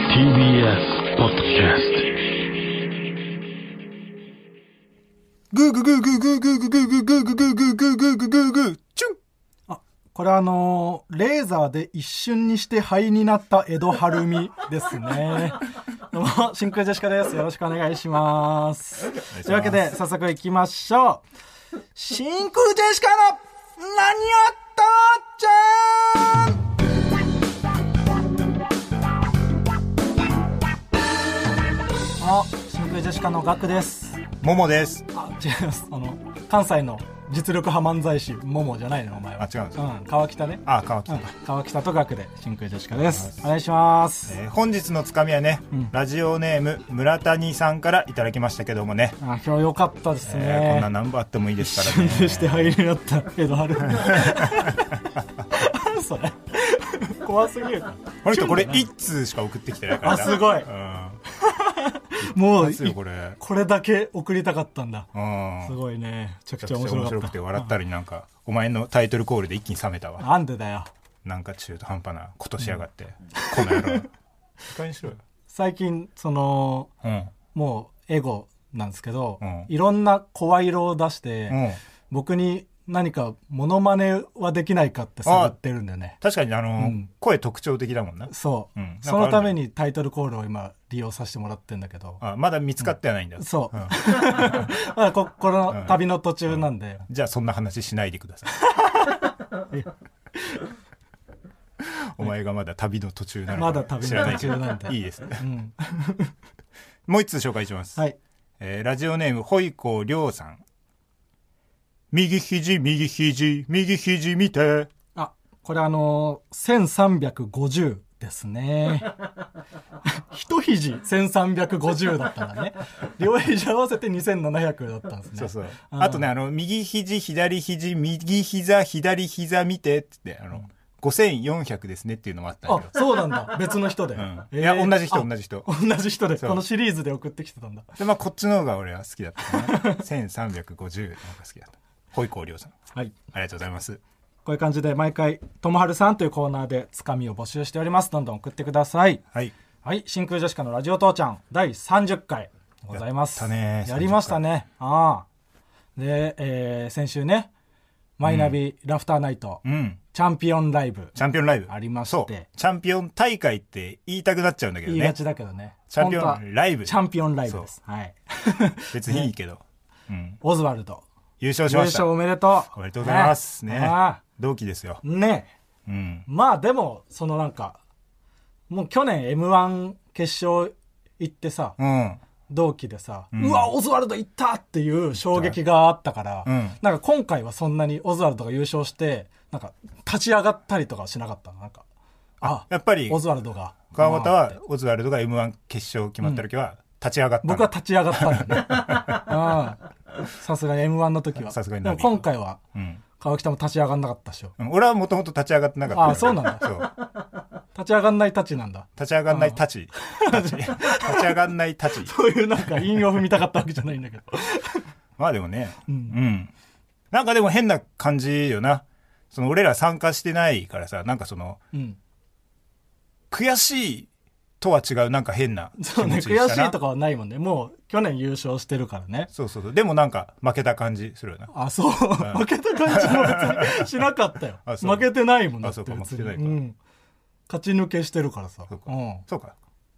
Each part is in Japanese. TBS ポッドキャスグーグーグーグーグーグーグーグーグーグーグーグーグーグーグーグーグーチュンあ、これあのーレーザーで一瞬にして灰になった江戸晴美ですね。どうも、真空ジェシカです。よろしくお願いします。というわけで、早速行きましょう。真空ジェシカの何やったーちゃんあ、真空ジェシカのガクです。ももです。あ違いますあの関西の実力派漫才師ももじゃないのお前はあ違うんですん、川北ねあ、川木うん、川北と学で真空ジェシカですお願いしますえー本日のつかみはね、んラジオネーム村谷さんからいただきましたけどもね、あ今日良かったですね、えーこんな何本あってもいいです一から 瞬ね。でして入りになったけどあ るそれ怖すぎるからこの人これ一通しか送ってきてないからあすごいうんもうですよこれこれだけ送りたかったんだうんすごいねめちゃくちめちゃゃく面ちゃ白面白かくってた笑ったりなんか、お前のタイトルコールで一気に冷めたわ。なんでだよなんか中途半端なことしやがって、この野 郎。いかにしろよ。最近そのうん。もうエゴなんですけど、うんいろんな声色を出して、うん。僕に何かモノマネはできないかって探ってるんだよね確かにあの、うん声特徴的だもんな。そう、うんそのためにタイトルコールを今利用させてもらってんだけどあまだ見つかってはないんだ。そう、んまだここの旅の途中なんで、じゃあそんな話しないでください。 お前がまだ旅の途中なのかまだ旅の途中なんで知らないけどいいですね。うんもう一通紹介します。はいえーラジオネーム、ほいこりょうさん。右肘、右肘、右肘見て。あこれあのー、1350ですね 一肘1350だったんだね両肘合わせて2700だったんですねそうそう。んあとね、あの、右肘、左肘、右膝、左膝見てって言って、あの、5400ですねっていうのもあったんあだけそうなんだ別の人で、ど。うん。えーいや、同じあ人、同じ人。同じ人でそうこのシリーズで送ってきてたんだで、まあ、こっちの方が俺は好きだったかな。1350の方が好きだった。ほいこりょうさん。はいありがとうございます。こういう感じで毎回「ともはるさん」というコーナーでつかみを募集しておりますどんどん送ってくださいはい。はい真空ジェシカのラジオ父ちゃん第30回でございますやったねやりましたねああで、えー先週ねマイナビラフターナイト、うん。チャンピオンライブチャンピオンライブ。ありましてそう。チャンピオン大会って言いたくなっちゃうんだけど言いがね。ちだけどねチャンピオン本当はライブチャンピオンライブですはい別にいいけど。うん。オズワルド優勝し優ました勝。おめでとうおめでとうございます。ねああ。同期ですよ。ねえうん。まあでも、そのなんか、もう去年 M1 決勝行ってさ、うん。同期でさ、ううんわ、オズワルド行ったっていう衝撃があったから、うんなんか今回はそんなにオズワルドが優勝して、なんか立ち上がったりとかはしなかったの、なんか。あ、やっぱりオ、ズワルドが。川本うんは、オズワルドが M1 決勝決まった時は、立ち上がったの。僕は立ち上がったん だね。うんさすがに M1 の時は。さすがにでなもる今回は、うん。川北も立ち上がんなかったっしょ。うん俺はもともと立ち上がってなかったから。あそうなんだそう。立ち上がんないたちなんだ。立ち上がんない立ち。立ち立ち上がんない立ち。というなんか韻を踏みたかったわけじゃないんだけど。まあでもね、うん、なんかでも変な感じよな。その俺ら参加してないからさ、なんかその、うん。悔しいとは違うなんか変な気持ちそうね、でした悔なしいとかはないもんね。もう、去年優勝してるからね。そうそうそうでもなんか負けた感じするよなあ、そう。負けた感じも別にしなかったよ。 あそう負けてないもんだあってそうか別に負けてないかうん。勝ち抜けしてるからさ。そうか、うそうか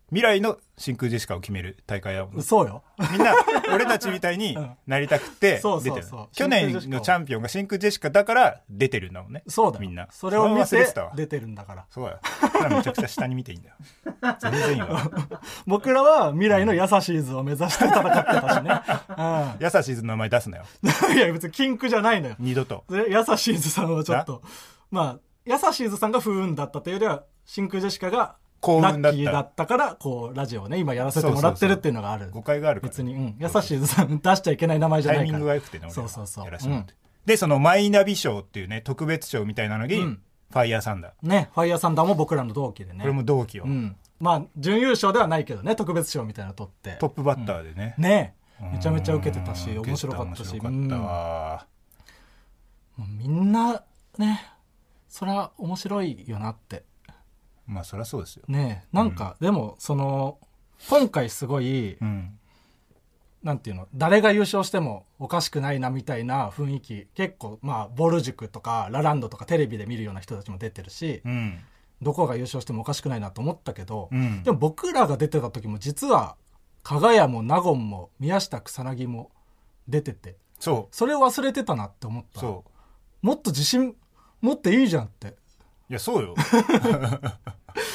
未来の真空ジェシカを決める大会やもんん。なそうよ。みんな俺たちみた いになりたくてそう出そてうるそう去年のチャンピオンが真空ジェシカだから出てるんだもんねそうだよみんなそれを見忘れててたわ出てるんだから。そうだよそれはめちゃくちゃ下に見ていいんだよ全然いい わ僕らは未来の優しい図を目指して戦ってたし ね。優しい図の名前出すなよ うん。いや、別に禁句じゃないのよ。二度とそれ優しい図さんはちょっと、まあ、優しい図さんが不運だったというよりは、真空ジェシカが、幸運ラだったッキーだったから、こう、ラジオをね、今やらせてもらってるっていうのがある。誤解があるから別に、うん、優しいずさん出しちゃいけない名前じゃないタかイらミングが良くてね、俺そらうそうそうやらせてもらってで、そのマイナビ賞っていうね、特別賞みたいなのに、うんファイヤーサンダー。うんねファイヤーサンダーも僕らの同期でねこれも同期を、うんまあ準優勝ではないけどね特別賞みたいなの取ってトップバッターでね。ねうんめちゃめちゃ受けてたしうん面白かったし受け面白かったわ。うんもうみんなねそりゃ面白いよなってまあそりゃそうですよ。ねえなんか、でもその今回すごい、うん。なんていうの誰が優勝してもおかしくないなみたいな雰囲気結構まあボル塾とかラランドとかテレビで見るような人たちも出てるし、うん。どこが優勝してもおかしくないなと思ったけど、うんでも僕らが出てた時も実は加賀谷も納言も宮下草薙も出ててそそれを忘れてたなって思っう。たそう。もっと自信持っていいじゃんっていや、そうよ。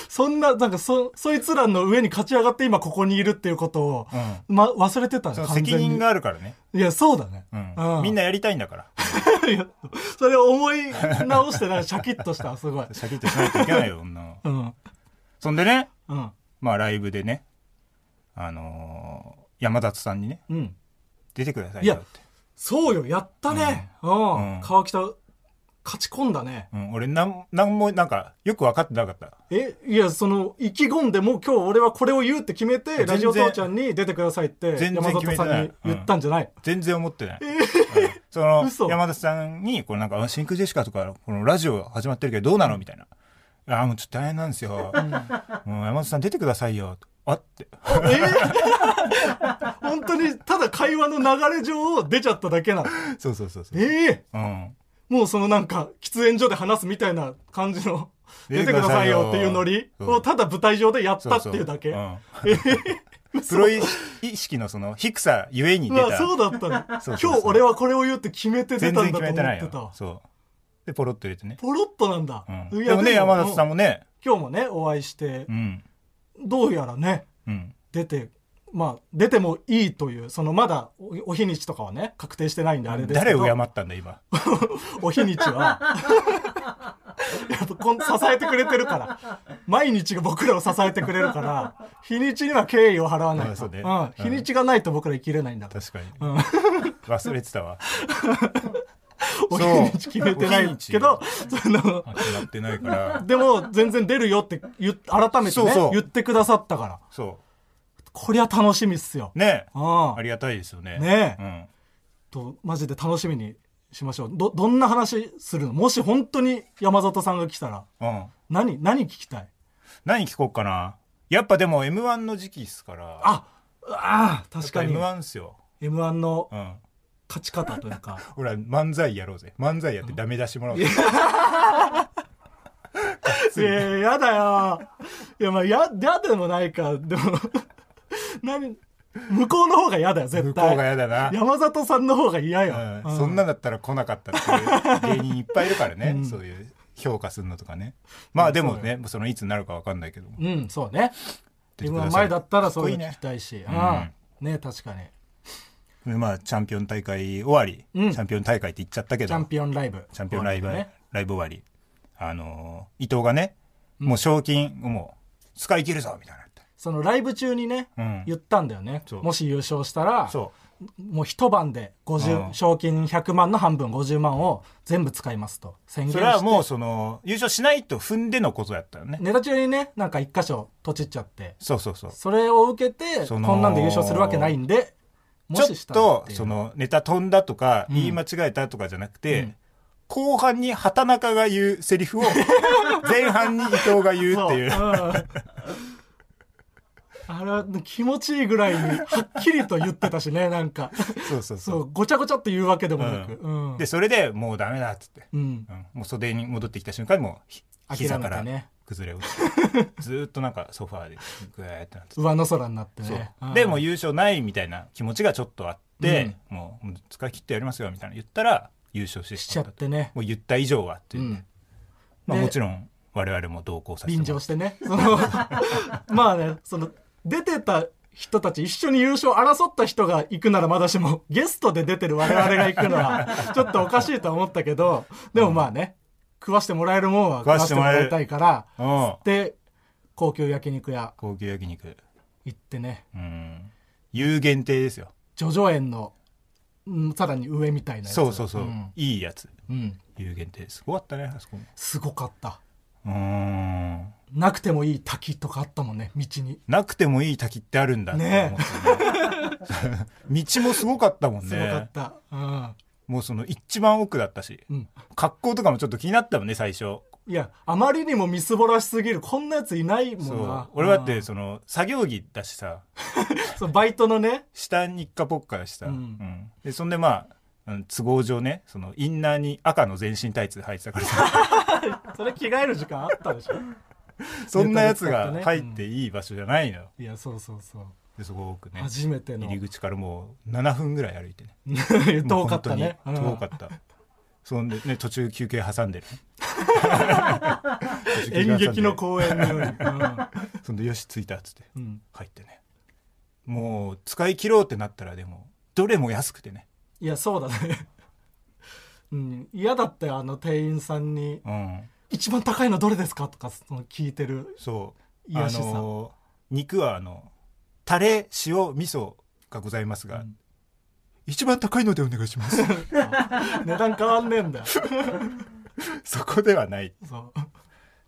そんななんかそそいつらの上に勝ち上がって今ここにいるっていうことを、 うま、忘れてたねその完全に責任があるからね。いやそうだね、うん。みんなやりたいんだから。いやそれを思い直してなんかシャキッとしたすごいシャキッとしないといけないよ、 女は。うんそんでね、うんまあライブでね、あのー山里さんにね、うん出てくださいよって。そうよやったねうん、うん川北勝ち込んだねうん、俺なん、なんも、なんか、よく分かってなかった。えいやその意気込んでもう今日俺はこれを言うって決めて然ラジオ父ちゃんに出てくださいって全山然決里めてさないんに言ったんじゃない、全然思ってない。えうんその嘘、山田さんに、これなんか、あ真空ジェシカとか、このラジオ始まってるけどどうなのみたいな。ああ、もうちょっと大変なんですよ。もう山田さん出てくださいよ。あって。 本当にただ会話の流れ上出ちゃっただけなのそうそうそうそう。ええうん。もうそのなんか喫煙所で話すみたいな感じの出出てくてくだだささいいよよっていうノリうんをただ舞台上でやっそたうってそういうだけ うんえ プロ意識のその低さゆえにう出わた。そうだったねそうそうそう今日俺はこれを言うって決めて出全たんだと然思決めってないてよた。そう。で、ポロっと入れてね。ポロッとなんだうん。いでやもね、でも山里さんもね、今日もねお会いしてうん。どうやらねうん。出てまあ出てもいいというそのまだおお日にちとかはね確定してないんであれですけ誰どを敬ったんだ、今。お日にちは やっぱこん支えてくれてるから毎日が僕らを支えてくれるから日にちには敬意を払わないあそと、うねん、日にちがないと僕ら生きれないんだから確かに。うん忘れてたわ。お日そうにち決めてないけどおその決まってな いから。でも全然出るよって言っ改めてそうねそう言ってくださったからそこりゃ楽しみっすよ、う。ねうあんりがたいですよね。ねえうん。とマジで楽しみにしましょうどどんな話するのもし本当に山里さんが来たらうん、何何聞きたい何聞こうかなやっぱでも m 1の時期っすからああー確かに m 1っすよ、 m 1のうん、勝ち方というか ほら漫才やろうぜ漫才やってダメ出してもらおう いぜやいややだよいやまあややでもないかでも何向こうの方が嫌だよ絶向対こうが嫌だな、山里さんの方が嫌よ、ううんんそんなんだったら来なかったっていう 芸人いっぱいいるからね、そういう評価するのとかねまあでもね、そのいつになるかわかんないけどもうんそうね出てく m 1ださい前だったらそういうのかっ聞きたいしいねうん、ね確かにでまあチャンピオン大会終わり、うんチャンピオン大会って言っちゃったけどチャンピオンライブチャンピオンライブ、ねライブ終わり。あのー伊藤がね、もう賞金をもう、使い切るぞみたいになって。そのライブ中にね、うん言ったんだよねそうもし優勝したらそもう一晩で50、うん賞金100万の半分50万を全部使いますと宣言う。しそてれはもう、その、優勝しないと踏んでのことやったよね。ネタ中にねなんか一箇所とちっちゃってそうそうそう。それを受けてこそんのなんで優勝するわけないんでもちょしっしたらっと、ていうその、ネタ飛んだとか、言い間違えたとかじゃなくて、後半に畑中が言うセリ フを、前半に伊藤が言うっていう。そうんあれは気持ちいいぐらいにはっきりと言ってたしねなんかそうそうそ。そううごちゃごちゃって言うわけでもなく、ううんで、それでもうダメだっつって。うんうんもう袖に戻ってきた瞬間にもうひ諦めてね膝から崩れ落ちてずーっとなんかソファーでグーってなってて上の空になってそうね、うんでもう優勝ないみたいな気持ちがちょっとあって、もうもう使い切ってやりますよみたいな言ったら優勝してししちゃってねもう言った以上はっていううね、んまあ、でもちろん我々も同行させて便もら乗っしてねその まあねその出てた人たち一緒に優勝争った人が行くならまだしもゲストで出てる我々が行くの はちょっとおかしいとは思ったけどでもまあね食わしてもらえるもんは食食わわししててももらえらるいたいからうんで高級焼肉屋高級焼肉行ってねうん有限定ですよ叙々苑の、うん、さらに上みたいなやつそうそうそう、んいいやつうん有限定すごかったねあそこもすごかったうーんなくてもいい滝とかあったもんね道になくてもいい滝ってあるんだって思ってね 道もすごかったもんすごかっねた、もうその一番奥だったしうんうん格好とかもちょっと気になったもんね最初いやあまりにもみすぼらしすぎるこんなやついないもそんうな俺はだっうてんその作業着だしさそうバイトのね下にっかぽっかだしさ、うんうんでそんでまあ、うん都合上ねそのインナーに赤の全身タイツ履いてたか らさ それ着替える時間あったでしょそんなやつネタがに使ってね入っていい場所じゃないのよ、いやそうそうそう、ですごくね初めての入り口からもう7分ぐらい歩いてね 遠かったねもううん本当に遠かった、そんでね途中休憩挟んでる 途中休憩挟んで演劇の公演のように、うんそんでよし着いたっつってうん入ってねもう使い切ろうってなったらでもどれも安くてねいやそうだね うん嫌だったよあの店員さんにうん「一番高いのどれですか?」とかその聞いてるそう癒あやしさの肉はあのタレ塩味噌がございますが、うん一番高いのでお願い します値段変わんねえんだよそこではないそう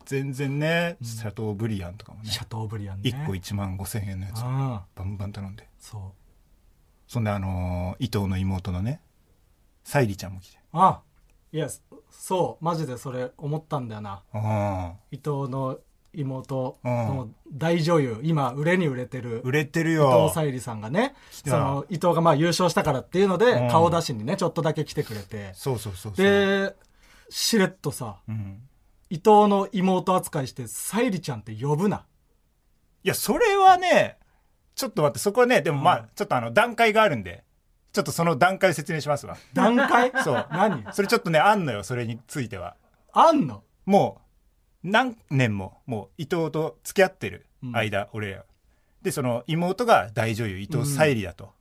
全然ね、うんシャトーブリアンとかもねシャトーブリアンね1個1万5千円のやつうんバンバン頼んでそうそんであのー伊藤の妹のね沙莉ちゃんも来てあいやそうマジでそれ思ったんだよなあ伊藤の妹の大女優、今売れに売れてる売れてる伊よ藤沙莉さんがねたその伊藤がまあ優勝したからっていうので、うん顔出しにねちょっとだけ来てくれてそうそうそうそう、でしれっとさうん、伊藤の妹扱いして沙莉ちゃんって呼ぶ ないや、それはね、ちょっと待って、そこはね、でもまあ、うんちょっとあの、段階があるんで、ちょっとその段階を説明しますわ。段階そう何それちょっとね、あんのよ、それについては。あんのもう、何年も、もう、伊藤と付き合ってる間、俺ら。で、その、妹が大女優、伊藤沙莉だと。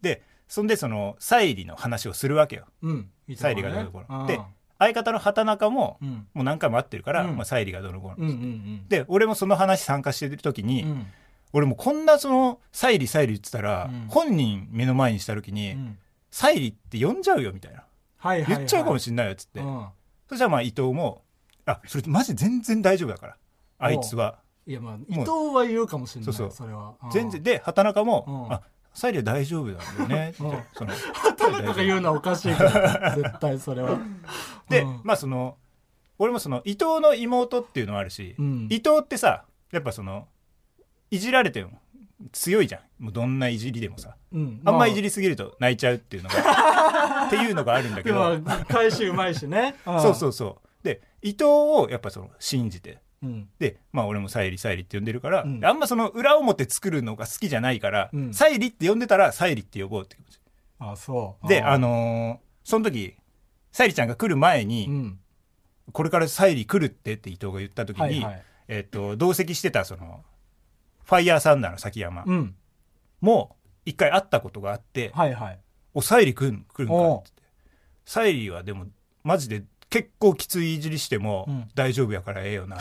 で、そんで、その、沙莉の話をするわけよ。うん伊藤沙ね莉がどうのこううの。んで、相方の畑中も、うんもう何回も会ってるから、うんまあ、沙莉がどうのこううんの。うんうんで、俺もその話参加してる時に、うん俺もこんなその、サイリサイリ言ってたら、うん本人目の前にした時うに、んサイリって呼んじゃうよみたいな。はいはいはい言っちゃうかもしんないよっつって。うんそしたらまあ伊藤も、あ、それマジ全然大丈夫だから。あいつは。いやまあ伊藤は言うかもしれないそそうそうれは全然。うんで、畑中も、うんあ、サイリは大丈夫なんだよね。ってうんその田中が言うのはおかしい から絶対それはで、うんまあその、俺もその伊藤の妹っていうのもあるし、うん伊藤ってさ、やっぱその、いじられても強いじゃん。もうどんないじりでもさ。うんあんまいじりりすぎると泣いちゃうっていうのが、 っていうのがあるんだけでど。も返しうまいしね そうそううそう。で、伊藤をやっぱその信じて。うんで、まあ俺もサイリサイリって呼んでるから、うんであんまその裏表作るのが好きじゃないから、うんサイリって呼んでたらサイリって呼ぼうって気持ち。あそうで、うんあのーその時、サイリちゃんが来る前に、うんこれからサイリ来るってって伊藤が言った時に、はいはいえっ、と、同席してたその、ファイヤーサンダーの崎山うんも、一回会ったことがあって、はいはいお、サイリ来るん来るんかおうって言って。サイリはでも、マジで結構きついいじりしても、うん大丈夫やからええ よな。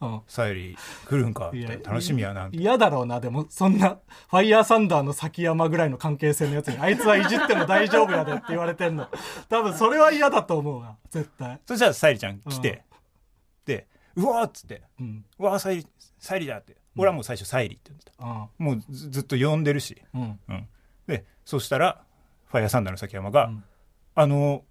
うんさゆり来るんかいみやたいな楽しみやなみたい嫌だろうなでもそんなファイヤーサンダーの崎山ぐらいの関係性のやつにあいつはいじっても大丈夫やでって言われてんの多分それは嫌だと思うわ絶対なそしたらさゆりちゃん来て、で「うわ!」っつってうん「うわーさゆりさゆりだ」って俺はもう最初さゆりって呼んでたうんもうずずっと呼んでるし、うんうん、でそしたらファイヤーサンダーの崎山がう「んあの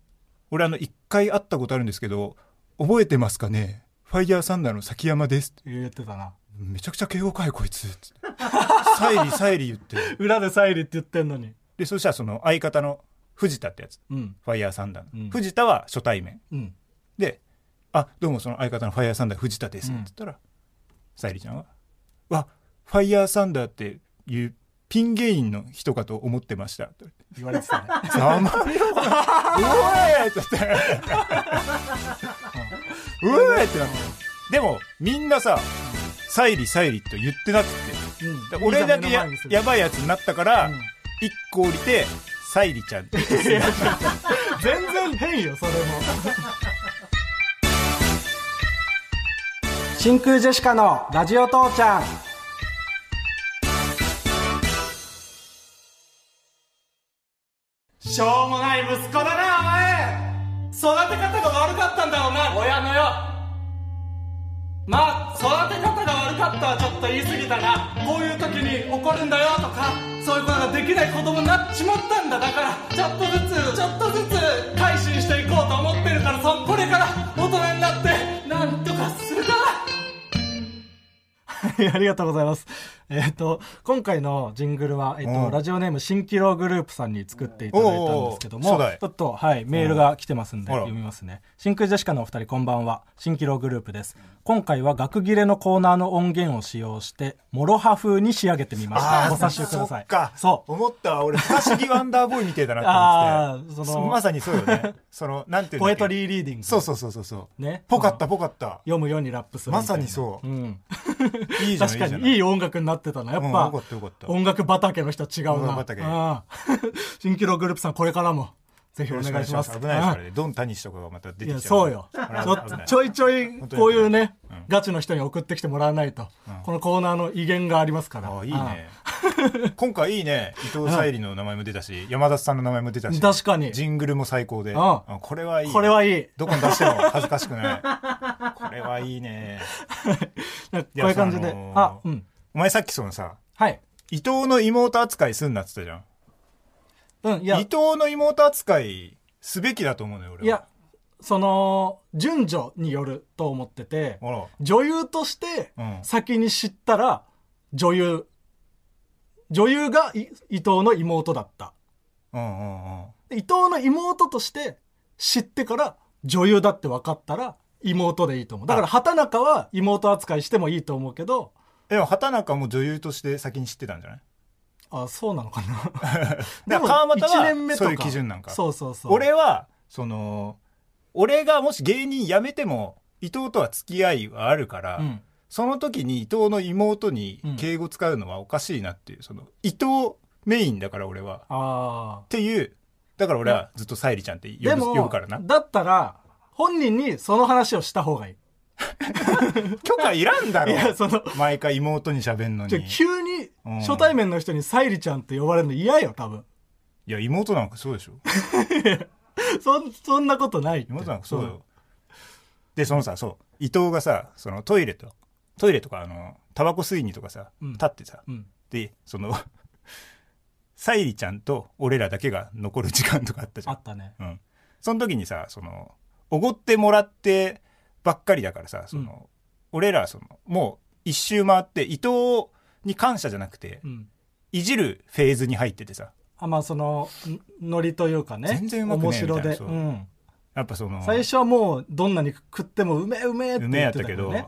俺あの一回会ったことあるんですけど覚えてますかねファイヤーサンダーの崎山です」って言ってたなめちゃくちゃ敬語かいこいつ」つって「さゆりさゆり」言って裏で沙莉って言ってんのにでそしたらその相方の藤田ってやつうんファイヤーサンダーの、うん藤田は初対面うんで「あどうもその相方のファイヤーサンダー藤田です」って言ったらさゆりちゃんは「わファイヤーサンダーっていうピン芸人の人かと思ってました」って言わ言われてたねれて「ざまみろおい!」って言って「うえ!」ってなってでもみんなさ「さゆりさゆり」と言ってなくてうんで 俺だけいいじゃやん目の前にするやばいやつになったからうん一個降りて「さゆりちゃん」って言って全然変よそれも真空ジェシカのラジオ父ちゃんしょうもない息子だなお前育て方が悪かったんだろうな親のよまあ育て方が悪かったはちょっと言い過ぎたなこういう時に怒るんだよとかそういうことができない子供になっちまったんだだからちょっとずつちょっとずつ改心していこうと思ってるからそこれから大人になってはい ありがとうございます。えっ、と、今回のジングルは、えっ、うと、んラジオネーム新キログループさんに作っていただいたんですけどおうおもう初、代ちょっと、はい、メールが来てますんで、うんあら読みますね。真空ジェシカのお二人、こんばんは。新キログループです。今回は学切れのコーナーの音源を使用して、モロハ風に仕上げてみました。ご察しください。そっか。そう。思ったわ俺、不可思議ワンダーボーイみたいだなあ とあ、思って。そその、まさにそうよね。その、なんていうポんだエっけトリーリーディング。そうそうそうそうそう。ねぽかったぽかった。読むようにラップするみたいなまさにそううん、いいじゃん。確かにいいいい音楽になってたなやっじゃん。ぱ、うんよかったよかった。音楽畑の人は違う音な楽畑うん新キログループさんこれからもぜひお願いします危ないですからね。ドン・タニシとかがまた出てうんきいちゃう。やそうよ危ないち危ょないちょいちょいこういうね、本当にねうんガチの人に送ってきてもらわないと、このコーナーの威厳がありますからああいいね。今回いいね。伊藤沙莉の名前も出たし、山田さんの名前も出たし。確かにジングルも最高で。うんあこれはういんい。これはいい。いどこに出しても恥ずかしくない。これはいいね。なんかいやこういう感じで、そのあうんお前さっきそのさ、はい伊藤の妹扱いすんなって言ったうんいじゃやん。伊い藤の妹扱いすべきだと思うのよ、俺は。やその順序によると思っててあら。女優としてうん先に知ったら女優女優がい伊藤の妹だったうんうんうん。で伊藤の妹として知ってから女優だって分かったら妹でいいと思うだから畑中は妹扱いしてもいいと思うけどでも、畑中も女優として先に知ってたんじゃないあそうなの かなだから川一又はそういう基準なんか。そうそうそう俺はその俺がもし芸人辞めても伊藤とは付き合いはあるから、うんその時に伊藤の妹にうん敬語使うのはおかしいなっていうその伊藤メインだから俺はっああていうだから俺はずっと沙莉ちゃんって呼でぶも呼ぶからなだったら本人にその話をした方がいい許可いらんだいろやその毎回妹に喋んのにじゃあい急にうん初対面の人に沙莉ちゃんって呼ばれるの嫌よ多分や妹なんかそうでしょそんそんなことないって妹なんかそうよ、でそのさそう伊藤がさそのトイレとトイレとかあのタバコ吸いにとかさ、うん立ってさ、うんうんでその 沙莉ちゃんと俺らだけが残る時間とかあったじゃあんっ、たねうん、その時にさそのおごってもらってばっかりだからさその、俺らはそのもう一周回って伊藤に感謝じゃなくて、うんいじるフェーズに入っててさあまあそのんノリというかね全然うまくねえ面白みたいでな、そううん、やっぱその最初はもうどんなに食ってもうめえうめえって夢言やっってたたけけどど、ね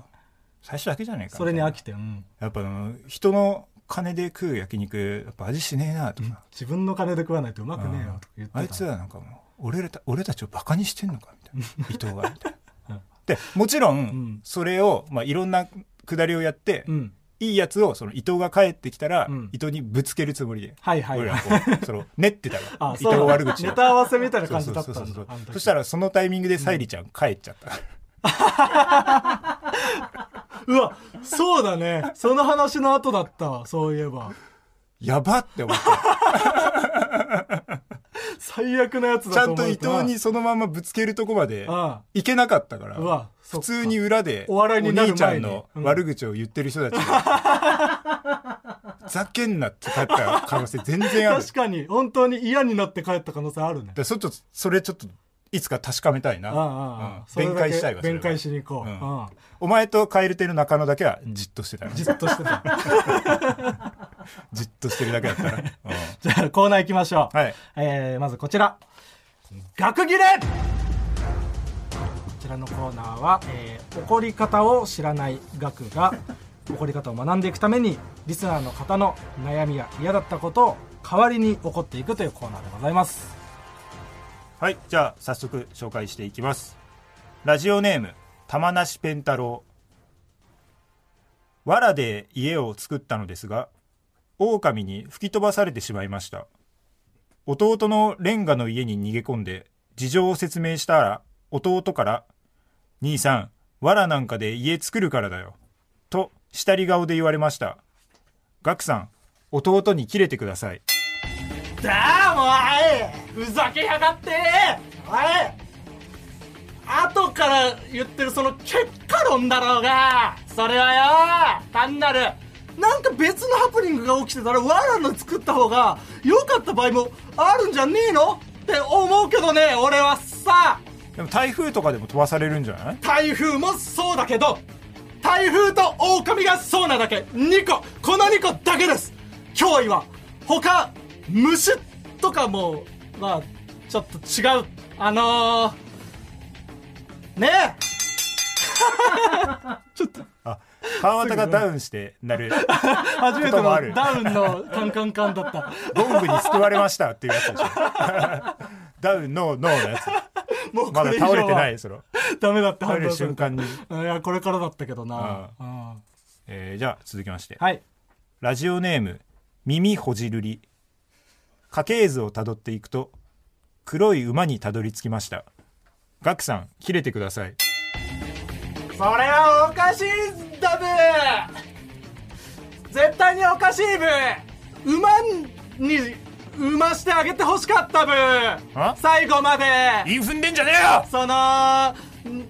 最初だけじゃねえかそれにみたい飽なきて、うん、やっぱあの人の金で食う焼肉やっぱ味しねえなとか、自分の金で食わないとうまくねえよとか言ってたあいつらなんかもう俺らた俺たちをバカにしてんのかみたい な伊藤はみたいな。でもちろんんそれを、まあ、いろんなくだりをやって、うんいいやつをその伊藤が帰ってきたら、うん伊藤にぶつけるつもりで、はいはい俺らこうそ の練ってたからあ伊そう藤悪口をネ。タ合わせみたいな感じだったそうそうそんうそだうあの時そしたらそのタイミングで沙莉ちゃん帰っちゃった、うわそうだねその話の後だったわそういえばやばっ て思って最悪なやつちだゃとん思とう伊藤にそのままぶつけるとこまであいけなかったからうわそ普っか通に裏でお笑いになる兄ちゃ前んにの悪口を言ってる人たちが、 ふざけんなって帰った可能性全然ある確かに本当に嫌になって帰った可能性あるねでそれちょっとそれちょっといつか確かめたいな、ああああうんそれだ弁け解したいわそれ弁は解しに行こう、うんああお前と蛙亭の中野だけはじっとしてたなじっとしてた じっとしてるだけだったな、うんじゃあコーナー行きましょう、はいえーまずこちら学切れこちらのコーナーは、えー怒り方を知らない学 が怒り方を学んでいくためにリスナーの方の悩みや嫌だったことを代わりに怒っていくというコーナーでございますはいじゃあ早速紹介していきますラジオネーム玉梨ペン太郎藁で家を作ったのですが狼に吹き飛ばされてしまいました弟のレンガの家に逃げ込んで事情を説明したら弟から「兄さん藁なんかで家作るからだよ」と下り顔で言われましたガクさん弟に切れてくださいだあもうおいふざけやがっておい後から言ってるその結果論だろうがそれはよ単なるなんか別のハプニングが起きてたらわらの作った方が良かった場合もあるんじゃねえのって思うけどね俺はさでも台風とかでも飛ばされるんじゃない台風もそうだけど台風と狼がそうなだけ2個この2個だけです脅威は他虫とかもまあちょっと違うあのー、ねえあ川端がダウンしてなる初めてことのもあるダウンのカンカンカンだったゴングに救われましたっていうやつでしょ ダウンノーノーのやつもうこ まれだ以上倒れてなはいそのダメだって倒判れる断さ瞬れた間に、いやこれからだったけどな、うんえーじゃあ続きまして、はいラジオネーム耳ほじるり家系図をたどっていくと黒い馬にたどり着きましたガクさん切れてくださいそれはおかしいんだべ絶対におかしいべ馬に馬してあげてほしかったあべ最後までイン踏んでんじゃねえよそのん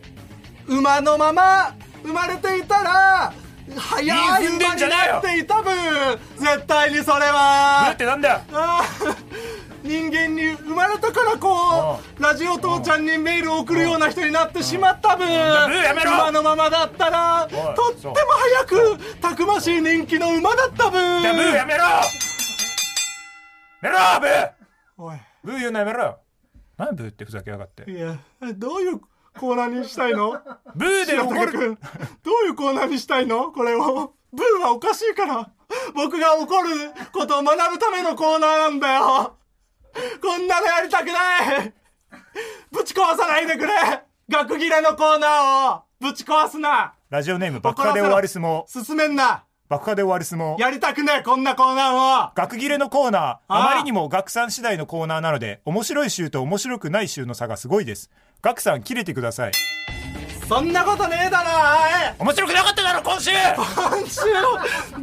馬のまま生まれていたら速いいい踏ん馬でんにじゃねえなよっていたぶ絶対にそれ馬はってなんだよあー人間に生まれたからこうラジオ父ちゃんにメールを送るような人になってしまったブーブーやめろ馬のままだったらとおいっても早くたくましい人気の馬だったブーじゃあブーやめろやめろブーおいブー言うのやめろよ何ブーってふざけやがっていやどういうコーナーにしたいのブーで白怒竹る君どういうコーナーにしたいのこれをブーはおかしいから僕が怒ることを学ぶためのコーナーなんだよこんなのやりたくないぶち壊さないでくれ学切れのコーナーをぶち壊すなラジオネーム爆破で終わる相撲進めんな爆破で終わる相撲やりたくねえこんなコーナーを学切れのコーナーああーまりにも学さん次第のコーナーなので面白い週と面白くない週の差がすごいです学さん切れてくださいそんなことねえだろ面白くなかっただろ今週おい今週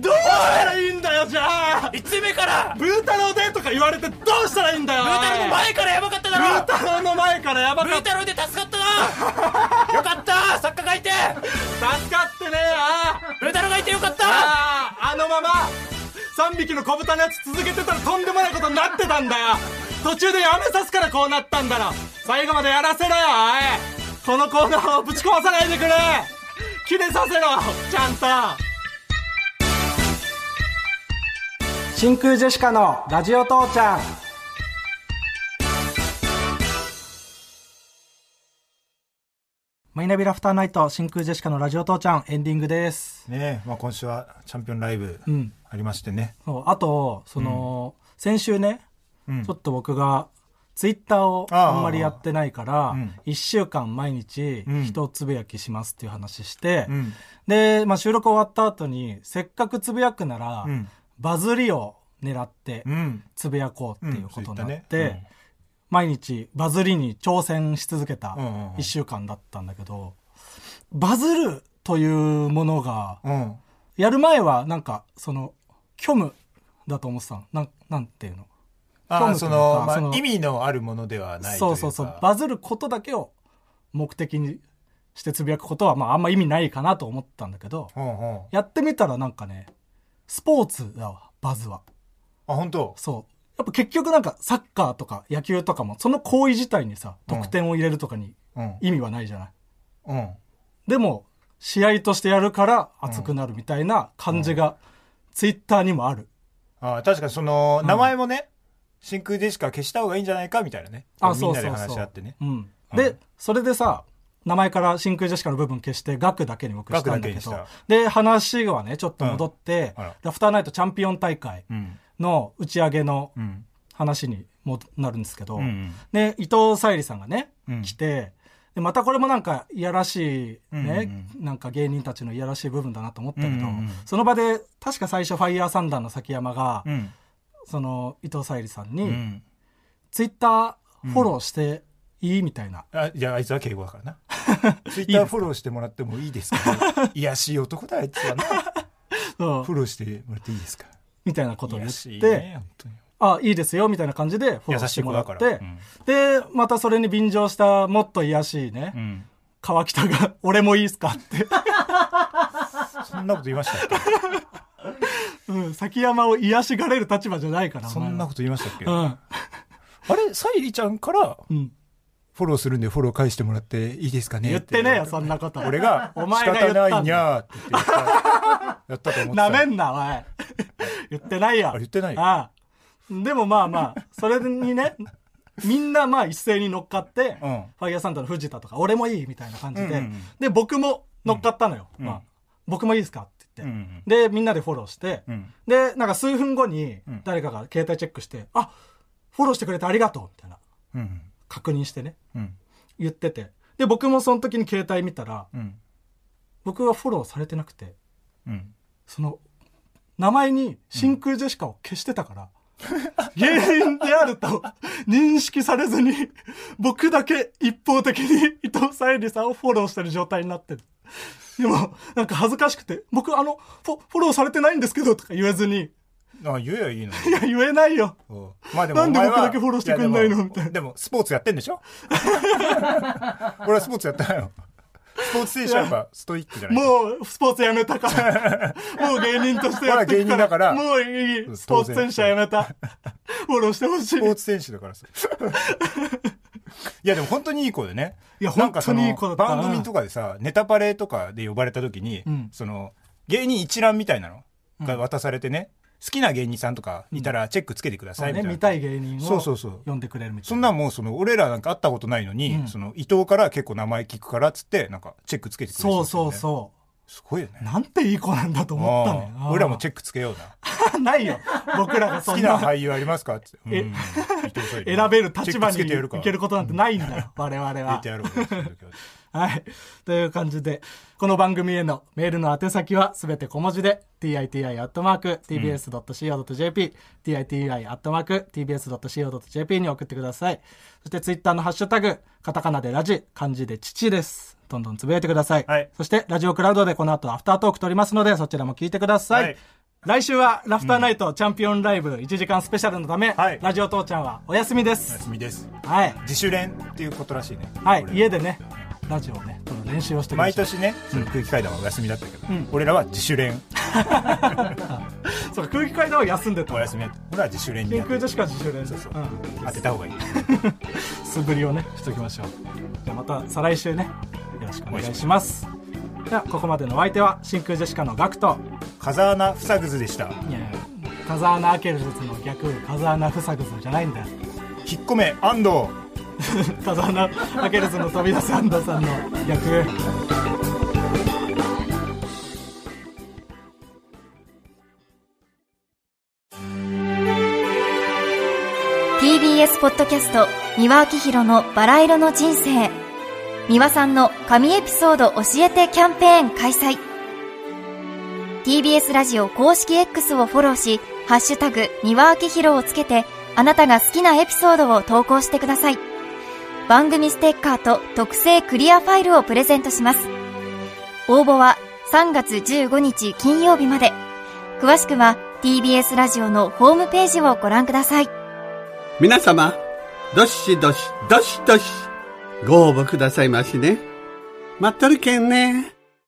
どうしたらいいんだよじゃあ1通目からブー太郎でとか言われてどうしたらいいんだよブブー太郎の前からやばかっただブーろ太郎の前からやばブーかった太郎で助かったなよかった作家がいて助かってねえあブー太郎がいてよかったあああのまま3匹の小豚のやつ続けてたらとんでもないことになってたんだよ途中でやめさすからこうなったんだろ最後までやらせろよおいこのコーナーをぶち壊さないでくれ切れさせろちゃんと真空ジェシカのラジオ父ちゃんマイナビラフターナイト真空ジェシカのラジオ父ちゃんエンディングですねえ、まあ、今週はチャンピオンライブうんありましてね、そうあとその、先週ね、うんちょっと僕がツイッターをあああんまりやってないからうん1週間毎日うん人つぶやきしますっていう話して、うんで、まあ、収録終わった後にせっかくつぶやくなら、うんバズりを狙ってうんつぶやこうっていうことになっうんて、ツイッターね毎日バズりに挑戦し続けたうんうんうん1週間だったんだけど、バズるというものがうんやる前はなんかその虚無だと思ってたのなんなんていうのあ興味というかあその,、まあ、その意味のあるものではないといそうかうそうそうバズることだけを目的にしてつぶやくことはまああんま意味ないかなと思ったんだけどうんうんあやってみたらなんかねスポーツだわバズは本当そうやっぱ結局なんかサッカーとか野球とかもその行為自体にさうん得点を入れるとかにうん意味はないじゃない、うんでも試合としてやるから熱くなるみたいな感じがツイッターにもある、あ確かにそのん名前もね、真空ジェシカ消した方がいいんじゃないかみたいなねあみんそなでうそうそう話し合ってねうん、うんでそれでさ名前から真空ジェシカの部分消して額だけに僕したんだけ額だけにしどたで話はねちょっと戻って、うんあらラフターナイトチャンピオン大会うんの打ち上げのうん話にもなるんですけど、うんで伊藤沙莉さんがね、うん来てでまたこれもなんかいやらしいね、うなんか芸人たちのいやらしい部分だなと思ったけど、うんうんうんその場で確か最初ファイヤーサンダーの崎山が、うんその伊藤沙莉さんうに、んツイッターフォローしていいみたいなあじゃああいつは敬語だから なツイッターフォローしてもらってもいいですか癒やしい男だあいつはなうんフォローしてもらっていいですかみたいなことを癒言やっしいて、ね本当にあ、いいですよ、みたいな感じでフォローしてもらって、優しい子だからで、またそれに便乗した、もっと癒やしいね、うん川北が、俺もいいっすかって、そんなこと言いましたっうん、崎山を癒しがれる立場じゃないから、けおそ前はんなこと言いましたっけ、うあん。れさゆりちゃんからうん。フォローするんでフォロー返してもらっていいですかね言って言ねわえれよ、そんなこと。俺が、お仕前が言っ方たんだないにゃーって言ってやった、やったと思ってなた。めんな、おい。言ってないよ。あ言ってないああでもまあまあ、それにね、みんなまあ一斉に乗っかって、うんファイヤーサンダーの藤田とか、俺もいいみたいな感じで、うんうんうんで、僕も乗っかったのよ。うんまあ、僕もいいですかって言って、うんうんで、みんなでフォローして、うんで、なんか数分後にうん誰かが携帯チェックして、あフォローしてくれてありがとうみたいな、うん。確認してね、うん。言ってて。で、僕もその時に携帯見たら、うん。僕はフォローされてなくて、うん。その、名前に真空ジェシカを消してたから、芸人であると認識されずに、僕だけ一方的に伊藤沙莉さんをフォローしてる状態になってる。でも、なんか恥ずかしくて、僕あの、フォフォローされてないんですけどとか言えずに、あ、言えばいいのにいや、言えないよ。おうまあでなんでお前は僕だけフォローしてくんないのやでもみたいなでも、スポーツやってん でしょ俺はスポーツやってないの。スポーツ選手はやっぱストイックじゃないもうスポーツやめたから。もう芸人としてやっていくから。俺もういい。スポーツ選手はやめた。フォローしてほしいス。ポーツ選手だからさ。いやでも本当にいい子でね。いやなんかその本当にいい子だったな番組とかでさ、ネタパレとかで呼ばれた時に、うんその、芸人一覧みたいなのが渡されてね、好きな芸人さんとかいたらチェックつけてくださいね、みたいな。見たい芸人そうそうそをう呼んでくれるみたいな。そんなんもうその俺らなんか会ったことないのに、うんその伊藤から結構名前聞くからっつってなんかチェックつけてくれてたんそうですそようねそすごいよう。ねなんていい子なんだと思ったねあ。あ俺らもチェェックつけようなック ないよ。僕らがそ好んきなな俳優ありますかって、うん、え伊藤沙莉選べる立場チェックつけてやるにかいけることなんてないんだよ。我々入れはて。やろう俺その時 ははい。という感じで、この番組へのメールの宛先はすべて小文字で、titi.tbs.co.jp、titi.tbs.co.jp に送ってください。そしてツイッターのハッシュタグ、カタカナでラジ、漢字で父です。どんどんつぶやいてください。はいそして、ラジオクラウドでこの後アフタートーク取りますので、そちらも聞いてください。はい来週はラフターナイトチャンピオンライブ1時間スペシャルのため、はいラジオ父ちゃんはお休みでおす。休みですはい。自主練っていうことらしいねはい俺、ら家でね、ラジオをね、この練習をしてください毎。年ねその空気階段はお休みだったけど、俺らは自主練そう空気階段は休んでたお休みだった俺らは自主練に真やって空ジェシカ自主練そうそう、ん、当てた方がいい素振りをねしときましょうじゃあまた再来週ねよろしくお願いしますではここまでのお相手は真空ジェシカのガクト風穴ふさぐずでしたいや風穴開ける術の逆風穴塞ぐ術じゃないんだよ引っ込め安藤風穴開ける術の飛び出す安藤さんの逆ー TBS ポッドキャスト三輪明宏のバラ色の人生三輪さんの神エピソード教えてキャンペーン開催 TBS ラジオ公式 X をフォローし「ハッシュタグ三輪明宏」をつけてあなたが好きなエピソードを投稿してください番組ステッカーと特製クリアファイルをプレゼントします応募は3月15日金曜日まで詳しくは TBS ラジオのホームページをご覧ください皆様、どしどし、どしどし、ご応募くださいましね。待っとるけんね。